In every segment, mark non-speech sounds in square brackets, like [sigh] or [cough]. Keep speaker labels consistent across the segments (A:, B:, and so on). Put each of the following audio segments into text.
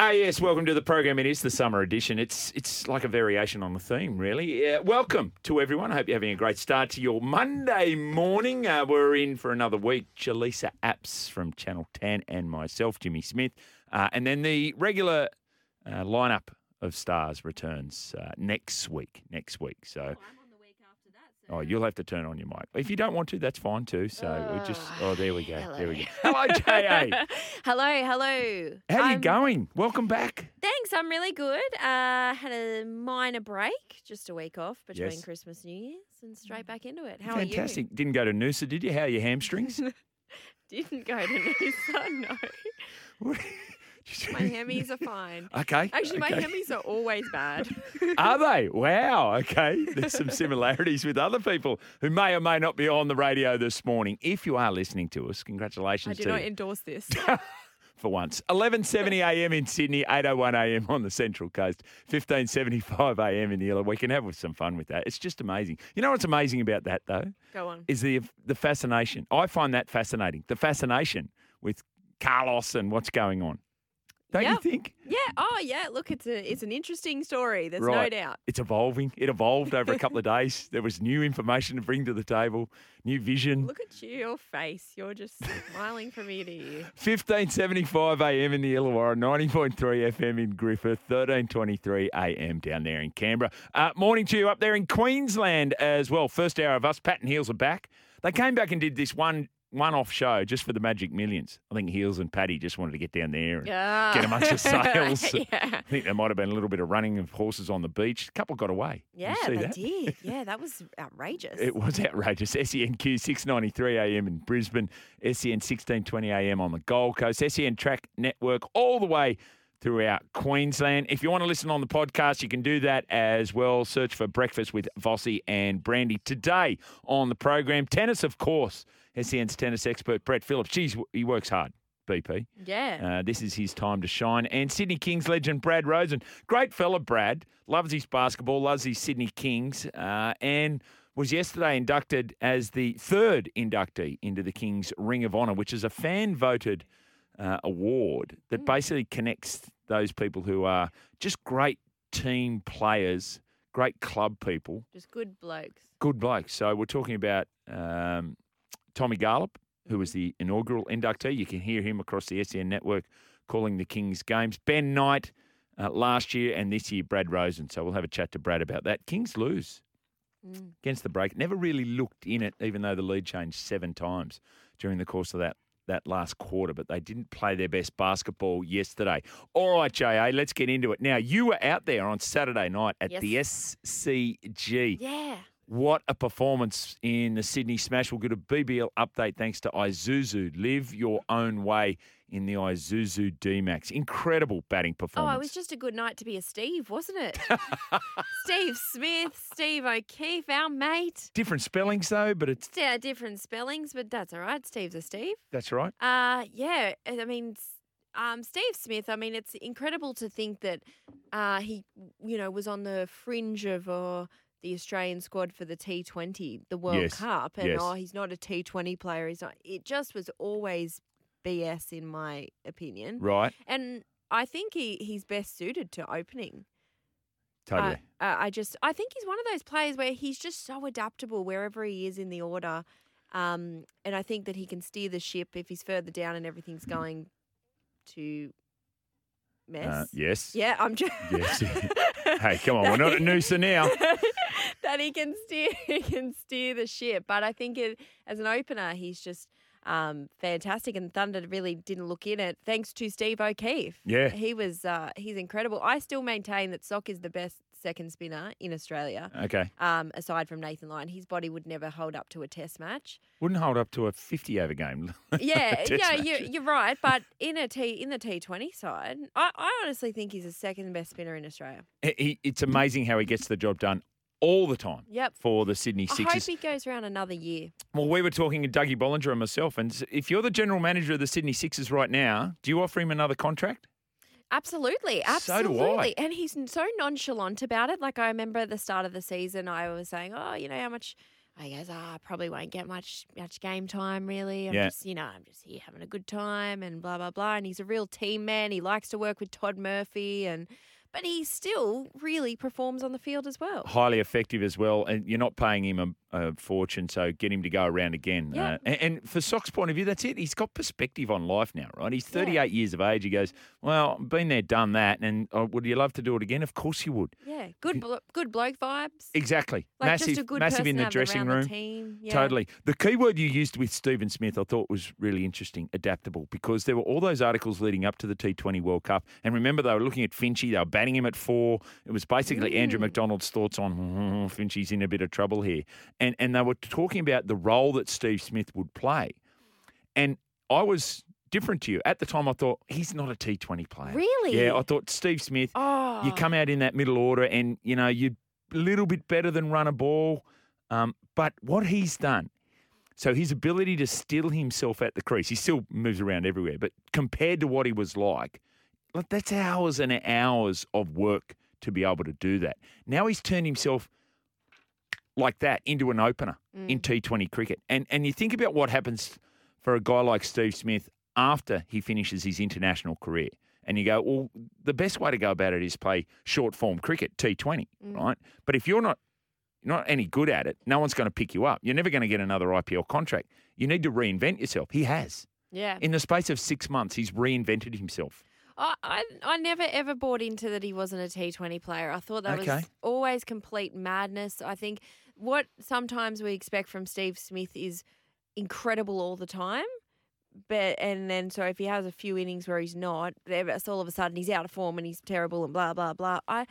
A: Ah, yes, welcome to the program. It is the summer edition. It's it's like a variation on the theme, really. Uh, welcome to everyone. I hope you're having a great start to your Monday morning. Uh, we're in for another week. Jaleesa Apps from Channel 10 and myself, Jimmy Smith. Uh, and then the regular uh, lineup of stars returns uh, next week. Next week. So,
B: Oh, I'm on the week after that. So
A: oh, you'll have to turn on your mic. If you don't want to, that's fine too. So, we'll just,
B: Oh,
A: oh, there we go.
B: hello.
A: There we go. Hello, JA.
B: [laughs] hello, hello.
A: How you
B: I'm-
A: going? Welcome back.
B: Thanks, I'm really good. Uh, had a minor break, just a week off between
A: Yes. Mm.
B: Christmas, New Year's, and straight back into it. How
A: Fantastic. Didn't go to Noosa, did you? How are your
B: are [laughs]
A: hamstrings? [laughs]
B: you? [laughs] Didn't go to Noosa, no.
A: What- [laughs]
B: My hemis are fine.
A: Okay.
B: Actually, my
A: okay.
B: hemis are always
A: [laughs]
B: bad. [laughs]
A: Are they? Wow. Okay. There's some similarities with other people who may or may not be on the radio this morning. If you are listening to us,
B: I
A: congratulations
B: do
A: to
B: not e-
A: you [laughs]
B: endorse this.
A: for once.
B: [laughs]
A: 11:70 a.m. in Sydney, 8:01 a.m. on the Central Coast, 15:75 a.m. in the Illawarra. We can have some fun with that. It's just amazing. You know what's amazing about that though?
B: Go on.
A: is the the fascination. I find that fascinating. The fascination with Carlos and what's going on. Don't
B: Yeah.
A: you think?
B: Yeah. Oh, yeah. Look, it's a it's an interesting story. There's
A: Right.
B: no doubt.
A: It's evolving. It evolved over a couple of days. There was new information to bring to the table, new vision.
B: Look at you, your face. You're just smiling from ear to ear.
A: 1575 a.m. in the Illawarra, 90.3 FM in Griffith, 1323 a.m. down there in Canberra. Uh, morning to you up there in Queensland as well. First hour of us. Pat and Heels are back. They came back and did this one one off show just for the Magic Millions. I think Heels and Patty just wanted to get down there and [laughs]
B: Yeah.
A: Get amongst the sales.
B: [laughs] yeah.
A: I think there might have been a little bit of running of horses on the beach. A couple got away. Did
B: Yeah,
A: you see
B: they
A: that?
B: did. Yeah, that was
A: [laughs]
B: outrageous.
A: It was outrageous. [laughs] E SENQ 693 AM in Brisbane, E SEN 1620 AM on the Gold Coast, SEN Track Network all the way throughout Queensland. If you want to listen on the podcast, you can do that as well. Search for Breakfast with Vossi and Brandy today on the program. Tennis, of course. SEN's tennis expert, Brett Phillips. Geez, he works hard, BP.
B: yeah.
A: Uh, this is his time to shine. And Sydney Kings legend Brad Rosen. Great fella, Brad. Loves his basketball, loves his Sydney Kings, uh, and was yesterday inducted as the third inductee into the Kings Ring of Honour, which is a fan voted uh, award that basically connects those people who are just great team players, great club people,
B: Just good blokes.
A: good blokes. So we're talking about um, Tommy Gallup, who was the inaugural inductee. You can hear him across the SEN network calling the Kings games. Ben Knight uh, last year and this year Brad Rosen. So we'll have a chat to Brad about that. Kings lose
B: Mm.
A: against the break. Never really looked in it, even though the lead changed seven times during the course of that. That last quarter, but they didn't play their best basketball yesterday. All right, JA, let's get into it. Now, you were out there on Saturday night at
B: Yes.
A: the SCG.
B: Yeah.
A: What a performance in the Sydney Smash. We'll get a BBL update thanks to Izuzu. Live your own way in the Izuzu D-Max. Incredible batting
B: Oh,
A: performance.
B: it was just a good night to be a Steve, wasn't
A: [laughs]
B: it? Steve Smith, Steve O'Keefe, our mate.
A: Different spellings though, but it's
B: Yeah, different spellings, but that's all right. Steve's a Steve.
A: that's right.
B: Uh, yeah. and I mean, s- um, Steve Smith. I mean, it's incredible to think that uh, he, you know, was on the fringe of uh, the Australian squad for the T Twenty, the World
A: Yes,
B: Cup, and
A: yes.
B: oh, he's not a T Twenty player. He's not. It just was always BS in my opinion,
A: Right.
B: and I think he, he's best suited to opening.
A: Totally.
B: I, I I just I think he's one of those players where he's just so adaptable wherever he is in the order, um, and I think that he can steer the ship if he's further down and everything's going to mess.
A: Uh, yes.
B: Yeah, I'm just. [laughs]
A: Yes. Hey, come on, we're not at Noosa now.
B: that he can steer, [laughs] he can steer the ship. But I think it, as an opener, he's just um, fantastic. And Thunder really didn't look in it, thanks to Steve O'Keefe.
A: Yeah.
B: he was, uh, he's incredible. I still maintain that Sock is the best second spinner in Australia.
A: Okay.
B: Um, aside from Nathan Lyon, his body would never hold up to a
A: [laughs]
B: test match.
A: Wouldn't hold up to a 50 over game. [laughs]
B: Yeah,
A: Test
B: yeah,
A: match.
B: you're, you're right. But in a T in the T Twenty side, I, I honestly think he's the second best spinner in Australia.
A: He- he- it's amazing how he gets the job done all the time
B: Yep.
A: for the Sydney
B: I hope
A: Sixers.
B: he goes around another year.
A: Well, we were talking to Dougie Bollinger and myself, and s- if you're the general manager of the Sydney Sixers right now, do you offer him another contract?
B: Absolutely,
A: So do I.
B: absolutely. And he's n- so nonchalant about it. Like I remember at the start of the season, I was saying, "Oh, you know how much I goes, ah, I probably won't get much much game time really. I'm
A: Yeah.
B: just you know, I'm just here having a good time and blah blah blah. And he's a real team man. He likes to work with Todd Murphy and but he still really performs on the field as well.
A: highly effective as well, and you're not paying him a, a fortune, so get him to go around again.
B: Yeah.
A: Uh, and, and for Sock's point of view, that's it. He's got perspective on life now, right? He's
B: Yeah.
A: 38 years of age. He goes, "Well, I've been there, done that, and uh, would you love to do it again? Of course you would.
B: Yeah, good blo- good bloke vibes.
A: Exactly.
B: Like
A: massive,
B: just a good
A: massive
B: person
A: in the
B: having
A: dressing
B: around
A: room.
B: The team. Yeah.
A: Totally. The key word you used with Stephen Smith, I thought was really interesting adaptable, because there were all those articles leading up to the T20 World Cup. And remember, they were looking at Finchie, they were batting him at four. It was basically Andrew
B: Mm.
A: McDonald's thoughts on "Hmm, Finchie's in a bit of trouble here. And, and they were talking about the role that Steve Smith would play. And I was different to you. At the time, I thought, he's not a T20 player.
B: Really?
A: Yeah, I thought Steve Smith,
B: Oh.
A: you come out in that middle order and you know you're a little bit better than run a ball um, but what he's done so his ability to still himself at the crease he still moves around everywhere but compared to what he was like like that's hours and hours of work to be able to do that now he's turned himself like that into an opener in T20 cricket. And and you think about what happens for a guy like Steve Smith after he finishes his international career. And you go, well, the best way to go about it is play short form cricket, T20, right? But if you're not you're not any good at it, no one's going to pick you up. You're never going to get another IPL contract. You need to reinvent yourself. He has.
B: Yeah.
A: In the space of six months, he's reinvented himself.
B: I, I I never ever bought into that he wasn't a T20 player. I thought that
A: Okay.
B: was always complete madness. I think what sometimes we expect from Steve Smith is incredible all the time. But and then so if he has a few innings where he's not, there- so all of a sudden he's out of form and he's terrible and blah blah blah. I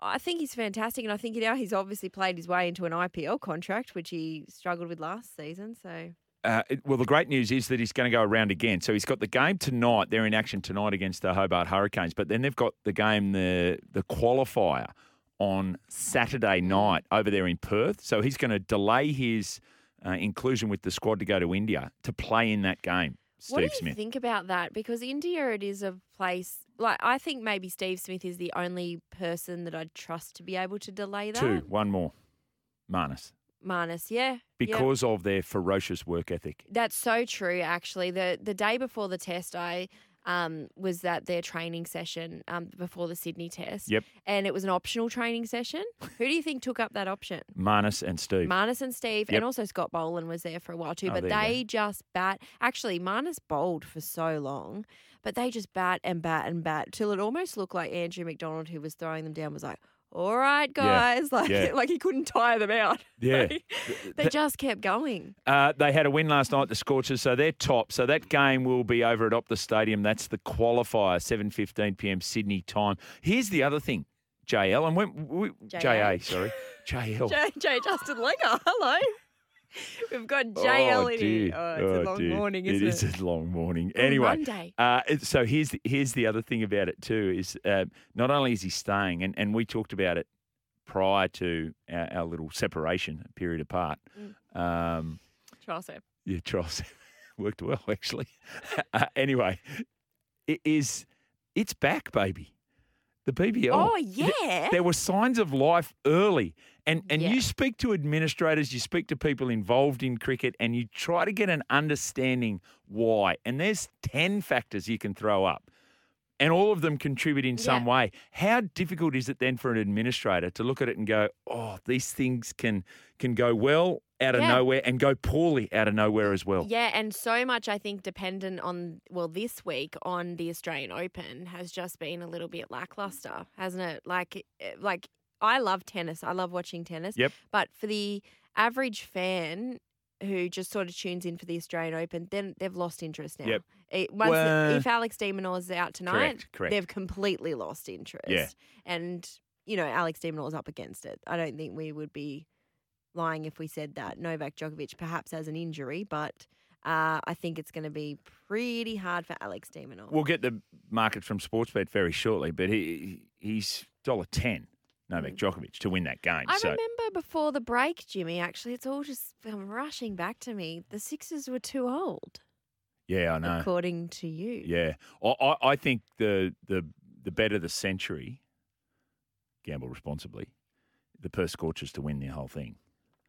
B: I think he's fantastic, and I think now he's obviously played his way into an IPL contract, which he struggled with last season. So
A: Uh, it- well, the great news is that he's going to go around again. So he's got the game tonight. They're in action tonight against the Hobart Hurricanes, but then they've got the game the the qualifier on Saturday
B: Hmm.
A: night over there in Perth. So he's going to delay his uh, inclusion with the squad to go to India to play in that game. Steve
B: what do you
A: Smith.
B: think about that? Because India, it is a place like I think maybe Steve Smith is the only person that I'd trust to be able to delay that.
A: Two, one more, Marnus,
B: Marnus, yeah, yeah.
A: because of their ferocious work ethic.
B: That's so true. Actually, the the day before the test, I um, was at their training session um, before the Sydney test.
A: Yep.
B: And it was an optional training session. Who do you think took up that option?
A: Marnus and Steve.
B: Marnus and Steve,
A: Yep.
B: and also Scott Boland was there for a while too.
A: Oh,
B: but
A: there you go.
B: they just bat. Actually, Marnus bowled for so long, but they just bat and bat and bat till it almost looked like Andrew McDonald, who was throwing them down, was like, "All right,
A: Yeah.
B: guys," [laughs] like
A: Yeah.
B: like he couldn't tire them out. [laughs]
A: yeah.
B: They just kept going.
A: Uh, they had a win last night, the Scorchers, so they're top. So that game will be over at Optus Stadium. That's the qualifier, 7.15 p.m. Sydney time. Here's the other thing, JL, and when, we,
B: JA.
A: JA, sorry,
B: [laughs]
A: JL.
B: J, J Justin Langer, [laughs] hello. We've got JL
A: Oh,
B: in
A: dear.
B: here. Oh, it's
A: Oh,
B: a long
A: dear.
B: morning, isn't
A: It
B: it?
A: is a long morning. Anyway,
B: Monday.
A: Uh, it- so here's the, here's the other thing about it too is uh, not only is he staying, and, and we talked about it prior to our, our little separation, period apart.
B: Mm.
A: Um,
B: Tricep.
A: Yeah, Charles [laughs] worked well actually. [laughs] uh, anyway, it is it's back, baby. The BBL.
B: Oh
A: Th-
B: yeah.
A: There were signs of life early. And and
B: Yeah.
A: you speak to administrators, you speak to people involved in cricket and you try to get an understanding why. And there's 10 factors you can throw up. And all of them contribute in some
B: Yeah.
A: way. How difficult is it then for an administrator to look at it and go, "Oh, these things can can go well out of
B: Yeah.
A: nowhere and go poorly out of nowhere as well."
B: Yeah, and so much I think dependent on well this week on the Australian Open has just been a little bit lackluster, hasn't it? Like eh, like I love tennis. I love watching tennis.
A: Yep.
B: But for the average fan who just sort of tunes in for the Australian Open, then they've lost interest now.
A: Yep.
B: It, once
A: Well-
B: if Alex Demonor's out tonight,
A: Correct, correct.
B: they've completely lost interest. And you know, Alex Demonor's up against it. I don't think we would be lying if we said that Novak Djokovic perhaps has an injury, but uh, I think it's going to be pretty hard for Alex Demonor.
A: We'll get the market from Sportsbet very shortly, but he he's dollar ten Novak Djokovic to win that game.
B: Mm. I
A: so
B: remember before the break, Jimmy. Actually, it's all just come rushing back to me. The Sixers were too old,
A: yeah, I know.
B: according to you.
A: Yeah, I, I I think the the the better the century, gamble responsibly, the Perth Scorchers to win the whole thing.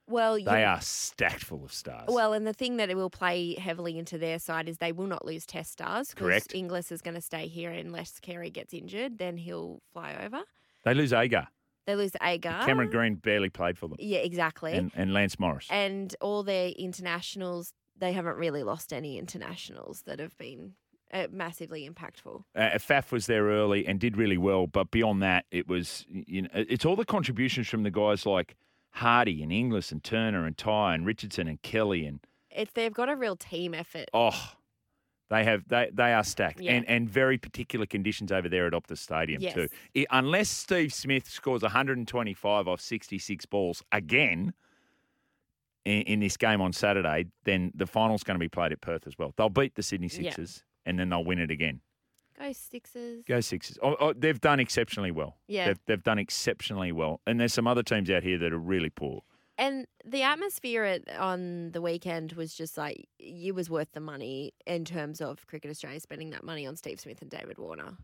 B: Well, you,
A: They are stacked full of stars.
B: Well, and the thing that it will play heavily into their side is they will not lose test stars. 'cause
A: Correct.
B: Inglis is going to stay here unless Carey gets injured, then he'll fly over.
A: they lose Agar.
B: They lose Agar.
A: Cameron Green barely played for them.
B: Yeah, exactly.
A: And, and Lance Morris.
B: and all their internationals, they haven't really lost any internationals that have been uh, massively impactful.
A: Uh, Faf was there early and did really well, but beyond that, it was you know it's all the contributions from the guys like Hardy and Inglis and Turner and Ty and Richardson and Kelly and
B: It's they've got a real team effort.
A: oh, they have they they are stacked
B: Yeah.
A: and and very particular conditions over there at Optus Stadium too.
B: Yes.
A: I unless Steve Smith scores 125 off 66 balls again. In, in this game on Saturday, then the final's going to be played at Perth as well. They'll beat the Sydney
B: Yeah.
A: Sixers and then they'll win it again.
B: Go Sixers.
A: Go Sixers. Oh, oh, they've done exceptionally well.
B: Yeah.
A: They've, they've done exceptionally well. And there's some other teams out here that are really poor.
B: And the atmosphere at, on the weekend was just like it was worth the money in terms of Cricket Australia spending that money on Steve Smith and David Warner.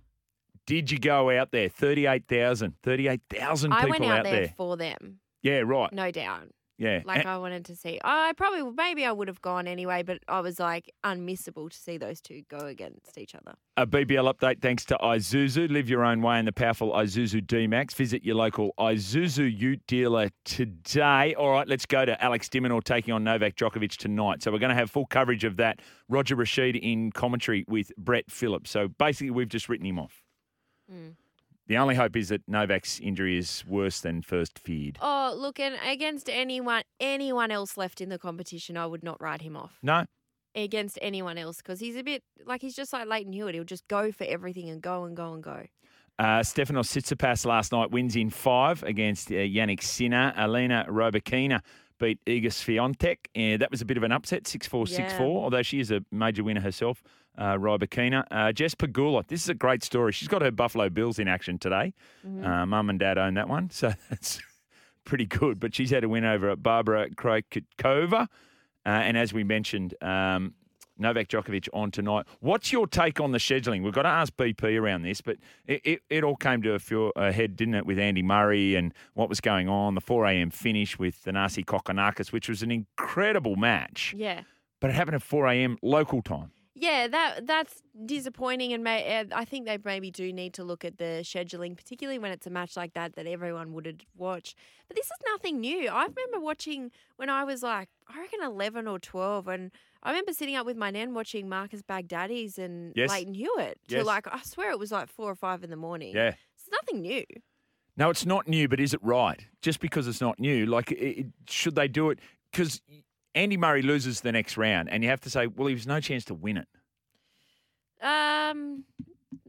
A: Did you go out there? 38,000. 38,000
B: I
A: people
B: went out, there,
A: there.
B: for them,
A: Yeah, right.
B: no doubt.
A: Yeah.
B: Like
A: And-
B: I wanted to see. I probably maybe I would have gone anyway, but I was like unmissable to see those two go against each other.
A: A BBL update thanks to Izuzu. Live your own way in the powerful Izuzu D Max. Visit your local Izuzu Ute dealer today. All right, let's go to Alex Diminor taking on Novak Djokovic tonight. So we're going to have full coverage of that. Roger Rashid in commentary with Brett Phillips. So basically, we've just written him off.
B: Mm.
A: The only hope is that Novak's injury is worse than first feared.
B: Oh, look, and against anyone anyone else left in the competition, I would not write him off.
A: No,
B: Against anyone else, because he's a bit like he's just like Leighton Hewitt. He'll just go for everything and go and go and go.
A: Uh, Stefanos Tsitsipas last night wins in five against uh, Yannick Sinner. Alina Robakina beat Igas Fiontek. Uh, that was a bit of an upset, 6-4,
B: Yeah.
A: 6-4, although she is a major winner herself, uh, Rybakina. Uh, Jess Pagula, this is a great story. She's got her Buffalo Bills in action today. Uh, Mum and Dad own that one, [laughs] so that's pretty good. But she's had a win over at Barbara Krokova. Uh, and as we mentioned, um, Novak Djokovic on tonight. What's your take on the scheduling? We've got to ask BP around this, but it, it, it all came to a, few, a head, didn't it, with Andy Murray and what was going on, the 4 a.m. finish with the Nasi Kokonakis, which was an incredible match,
B: Yeah.
A: but it happened at 4 a.m. local time.
B: Yeah, that that's disappointing, and may, uh, I think they maybe do need to look at the scheduling, particularly when it's a match like that that everyone would watch. But this is nothing new. I remember watching when I was like, I reckon eleven or twelve, and I remember sitting up with my nan watching Marcus Baghdadis and
A: Yes.
B: Leighton Hewitt. till
A: Yes.
B: like, I swear it was like four or five in the morning.
A: Yeah.
B: it's nothing new.
A: No, it's not new, but is it right? Just because it's not new, like, it, it, should they do it? Because Andy Murray loses the next round, and you have to say, well, he was no chance to win it.
B: Um,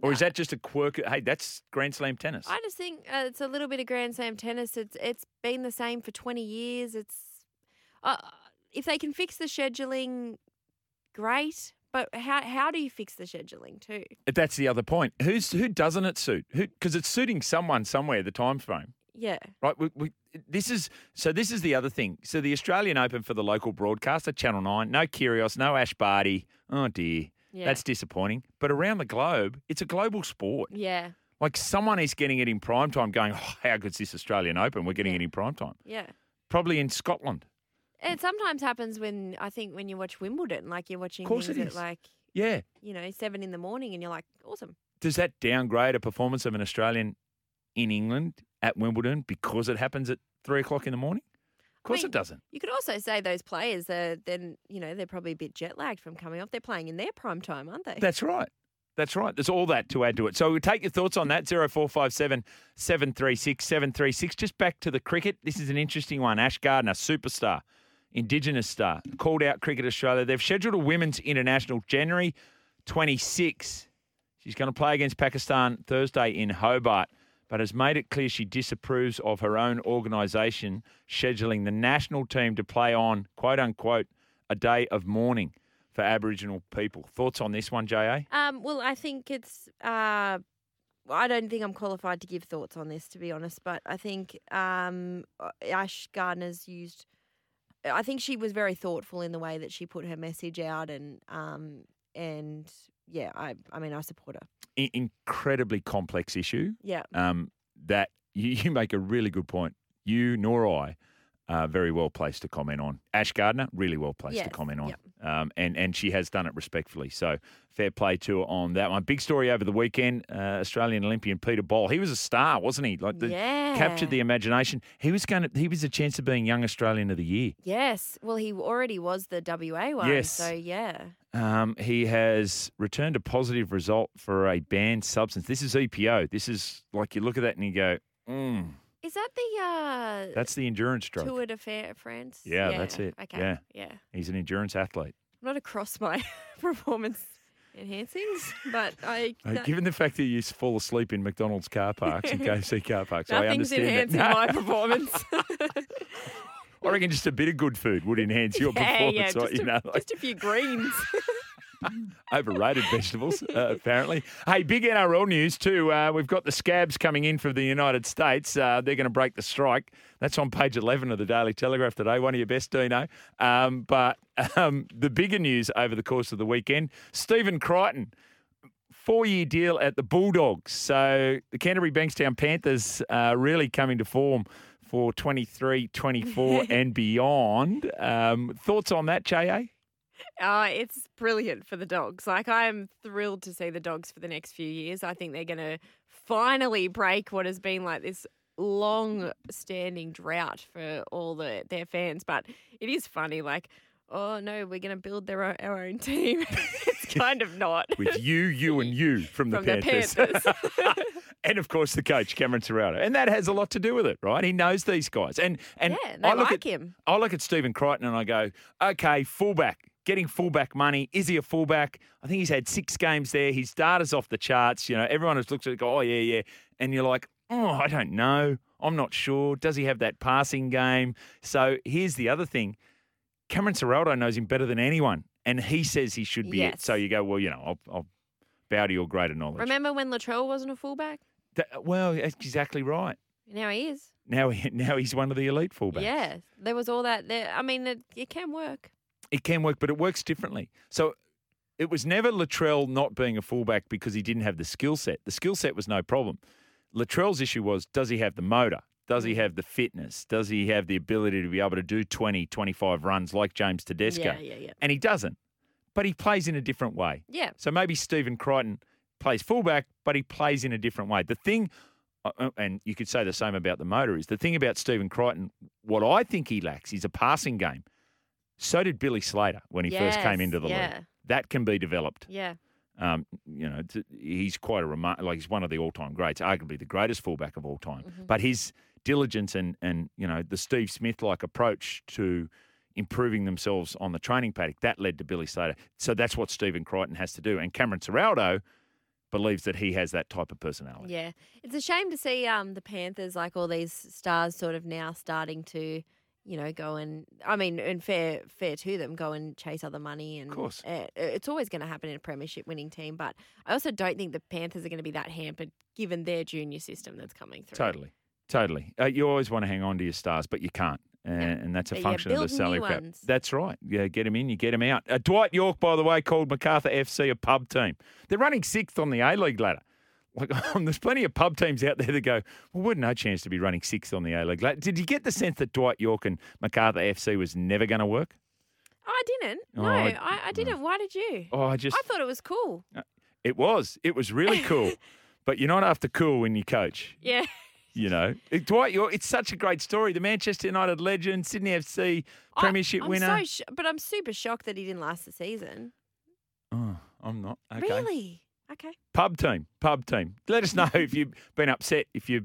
A: Or is that just a quirk? Hey, that's Grand Slam tennis.
B: I just think uh, it's a little bit of Grand Slam tennis. It's it's been the same for twenty years. It's uh, if they can fix the scheduling, great. But how how do you fix the scheduling too?
A: That's the other point. Who's who doesn't it suit? Because it's suiting someone somewhere. The time frame,
B: Yeah,
A: right? We, we, this is so. This is the other thing. So the Australian Open for the local broadcaster, Channel Nine. No Kyrgios, no Ash Barty. Oh dear,
B: yeah,
A: that's disappointing. But around the globe, it's a global sport.
B: yeah,
A: Like someone is getting it in prime time, going, oh, "How good's this Australian Open? We're getting
B: Yeah.
A: it in prime time."
B: yeah.
A: Probably in Scotland.
B: It sometimes happens when I think when you watch Wimbledon, like you're watching
A: Course
B: things
A: it
B: at
A: is.
B: like
A: Yeah.
B: you know seven in the morning, and you're like awesome.
A: Does that downgrade a performance of an Australian in England at Wimbledon because it happens at three o'clock in the morning? Of course,
B: mean,
A: it doesn't.
B: You could also say those players are then you know they're probably a bit jet lagged from coming off. They're playing in their prime time, aren't they?
A: That's right. That's right. There's all that to add to it. So we'll take your thoughts on that. 0457 736 736. Just back to the cricket. This is an interesting one. Ash Gardner, superstar, Indigenous star, called out Cricket Australia. They've scheduled a women's international January 26. She's going to play against Pakistan Thursday in Hobart, but has made it clear she disapproves of her own organisation scheduling the national team to play on, quote unquote, a day of mourning for Aboriginal people. Thoughts on this one, JA?
B: Um, well, I think it's. Uh, I don't think I'm qualified to give thoughts on this, to be honest. But I think um, uh, Ash Gardner's used. I think she was very thoughtful in the way that she put her message out, and um, and yeah, I I mean I support her.
A: I- incredibly complex issue
B: Yeah,
A: [laughs] um, that you, you make a really good point. You nor I uh, very well placed to comment on. Ash Gardner, really well placed to
B: Yes,
A: comment on.
B: yep.
A: Um, and, and she has done it respectfully. So fair play to her on that one. Big story over the weekend uh, Australian Olympian Peter Boll. He was a star, wasn't he? Like the,
B: yeah.
A: Captured the imagination. He was going to, he was a chance of being Young Australian of the Year.
B: Yes. Well, he already was the WA one.
A: Yes.
B: So, yeah.
A: Um, he has returned a positive result for a banned substance. This is EPO. This is like you look at that and you go, mm,
B: Is that the uh,
A: that's the endurance drug.
B: Tour de Fa- France?
A: Yeah, that's it.
B: Okay.
A: Yeah.
B: yeah.
A: He's an endurance athlete.
B: I'm not across my [laughs] performance enhancings, but I.
A: Uh,
B: that-
A: given the fact that you used to fall asleep in McDonald's car parks
B: [laughs]
A: and KFC car parks, I
B: nothing's
A: understand. that. [laughs]
B: enhancing
A: No,
B: my performance.
A: I reckon just a bit of good food would enhance [laughs] your
B: [laughs] yeah,
A: performance.
B: yeah,
A: right?
B: just,
A: you
B: a,
A: know, like-
B: just a few greens.
A: Overrated vegetables, uh, apparently. Hey, big NRL news too. Uh, we've got the Scabs coming in from the United States. Uh, they're going to break the strike. That's on page 11 of the Daily Telegraph today. One of your best, Dino. Um, but um, the bigger news over the course of the weekend Stephen Crichton, four year deal at the Bulldogs. So the Canterbury Bankstown Panthers uh, really coming to form. For 23, [laughs] 24 and beyond. Um, thoughts on that, JA?
B: Uh, it's brilliant for the dogs. Like, I'm thrilled to see the dogs for the next few years. I think they're going to finally break what has been like this long standing drought for all the, their fans. But it is funny, like, oh no, we're going to build their own, our own team. [laughs] it's kind
A: [laughs]
B: of not.
A: With you, you, and you from the
B: From the
A: Panthers. [laughs]
B: Panthers.
A: and of course the coach Cameron Serrato, and that has a lot to do with it, right? He knows these guys, and and
B: Yeah, they
A: I look
B: like
A: at
B: him.
A: I look at Stephen Crichton and I go, okay, fullback, getting fullback money. Is he a fullback? I think he's had six games there. His data's off the charts. You know, everyone has looked at it, go, oh yeah, yeah, and you're like, oh, I don't know, I'm not sure. Does he have that passing game? So here's the other thing. Cameron Serraldo knows him better than anyone, and he says he should be it.
B: Yes.
A: So you go, well, you know, I'll, I'll bow to your greater knowledge.
B: Remember when Latrell wasn't a fullback?
A: That- well, that's exactly right.
B: Now he is.
A: Now, he, [laughs] now he's one of the elite fullbacks.
B: Yeah, there was all that. There, I mean, it, it can work.
A: It can work, but it works differently. So it was never Latrell not being a fullback because he didn't have the skill set. The skill set was no problem. Latrell's issue was does he have the motor? Does
B: Mm.
A: he have the fitness? Does he have the ability to be able to do 20, 25 runs like James Tedesco?
B: Yeah, yeah, yeah.
A: And he doesn't, but he plays in a different way.
B: Yeah,
A: So maybe Stephen Crichton plays fullback, but he plays in a different way. The thing, uh, uh, and you could say the same about the motor, is the thing about Stephen Crichton, what I think he lacks is a passing game. So did Billy Slater when he first came
B: Yes,
A: into the
B: yeah.
A: league. That can be developed.
B: yeah.
A: Um, you know, it's- he's quite a remar- like he's one of the all-time greats, arguably the greatest fullback of all time. But his diligence and and you know the Steve Smith like approach to improving themselves on the training paddock that led to Billy Slater. So that's what Stephen Crichton has to do, and Cameron Serraldo believes that he has that type of personality.
B: Yeah, it's a shame to see um the Panthers like all these stars sort of now starting to, you know, go and I mean, and fair fair to them, go and chase other money and
A: course.
B: uh, it's always going to happen in a premiership winning team. But I also don't think the Panthers are going to be that hampered given their junior system that's coming through.
A: Totally, totally. Uh, you always want to hang on to your stars, but you can't. And, and that's a
B: But yeah,
A: function of the
B: build new
A: salary cap.
B: ones.
A: That's right. Yeah, get him in, you get him out. Uh, Dwight York, by the way, called Macarthur FC a pub team. They're running sixth on the A League ladder. Like, [laughs] um, there's plenty of pub teams out there that go, well, we're no chance to be running sixth on the A League ladder. Did you get the sense that Dwight York and Macarthur FC was never going to work?
B: I didn't.
A: Oh,
B: No,
A: I-
B: I, I didn't. Why did you?
A: Oh, I just,
B: I thought it was cool.
A: it was. It was really
B: [laughs]
A: cool. but you're not after cool when you coach.
B: Yeah.
A: You know, It- Dwight York, it's such a great story. The Manchester United legend, Sydney FC
B: I-
A: Premiership
B: I'm
A: winner.
B: So sh- but I'm super shocked that he didn't last the season.
A: oh, I'm not. Okay.
B: Really? Okay.
A: Pub team, pub team. Let us know if you've been upset, if you're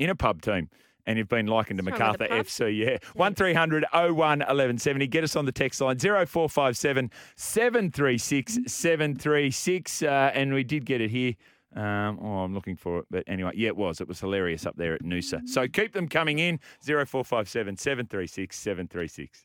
A: in a pub team and you've been likened to
B: What's wrong with
A: MacArthur
B: the pub?
A: FC. Yeah. 1300 01 1170. Get us on the text line 0457 736 736. Uh, and we did get it here. Um, oh, I'm looking for it. But anyway, yeah, it was. It was hilarious up there at Noosa. So keep them coming in 0457 736 736.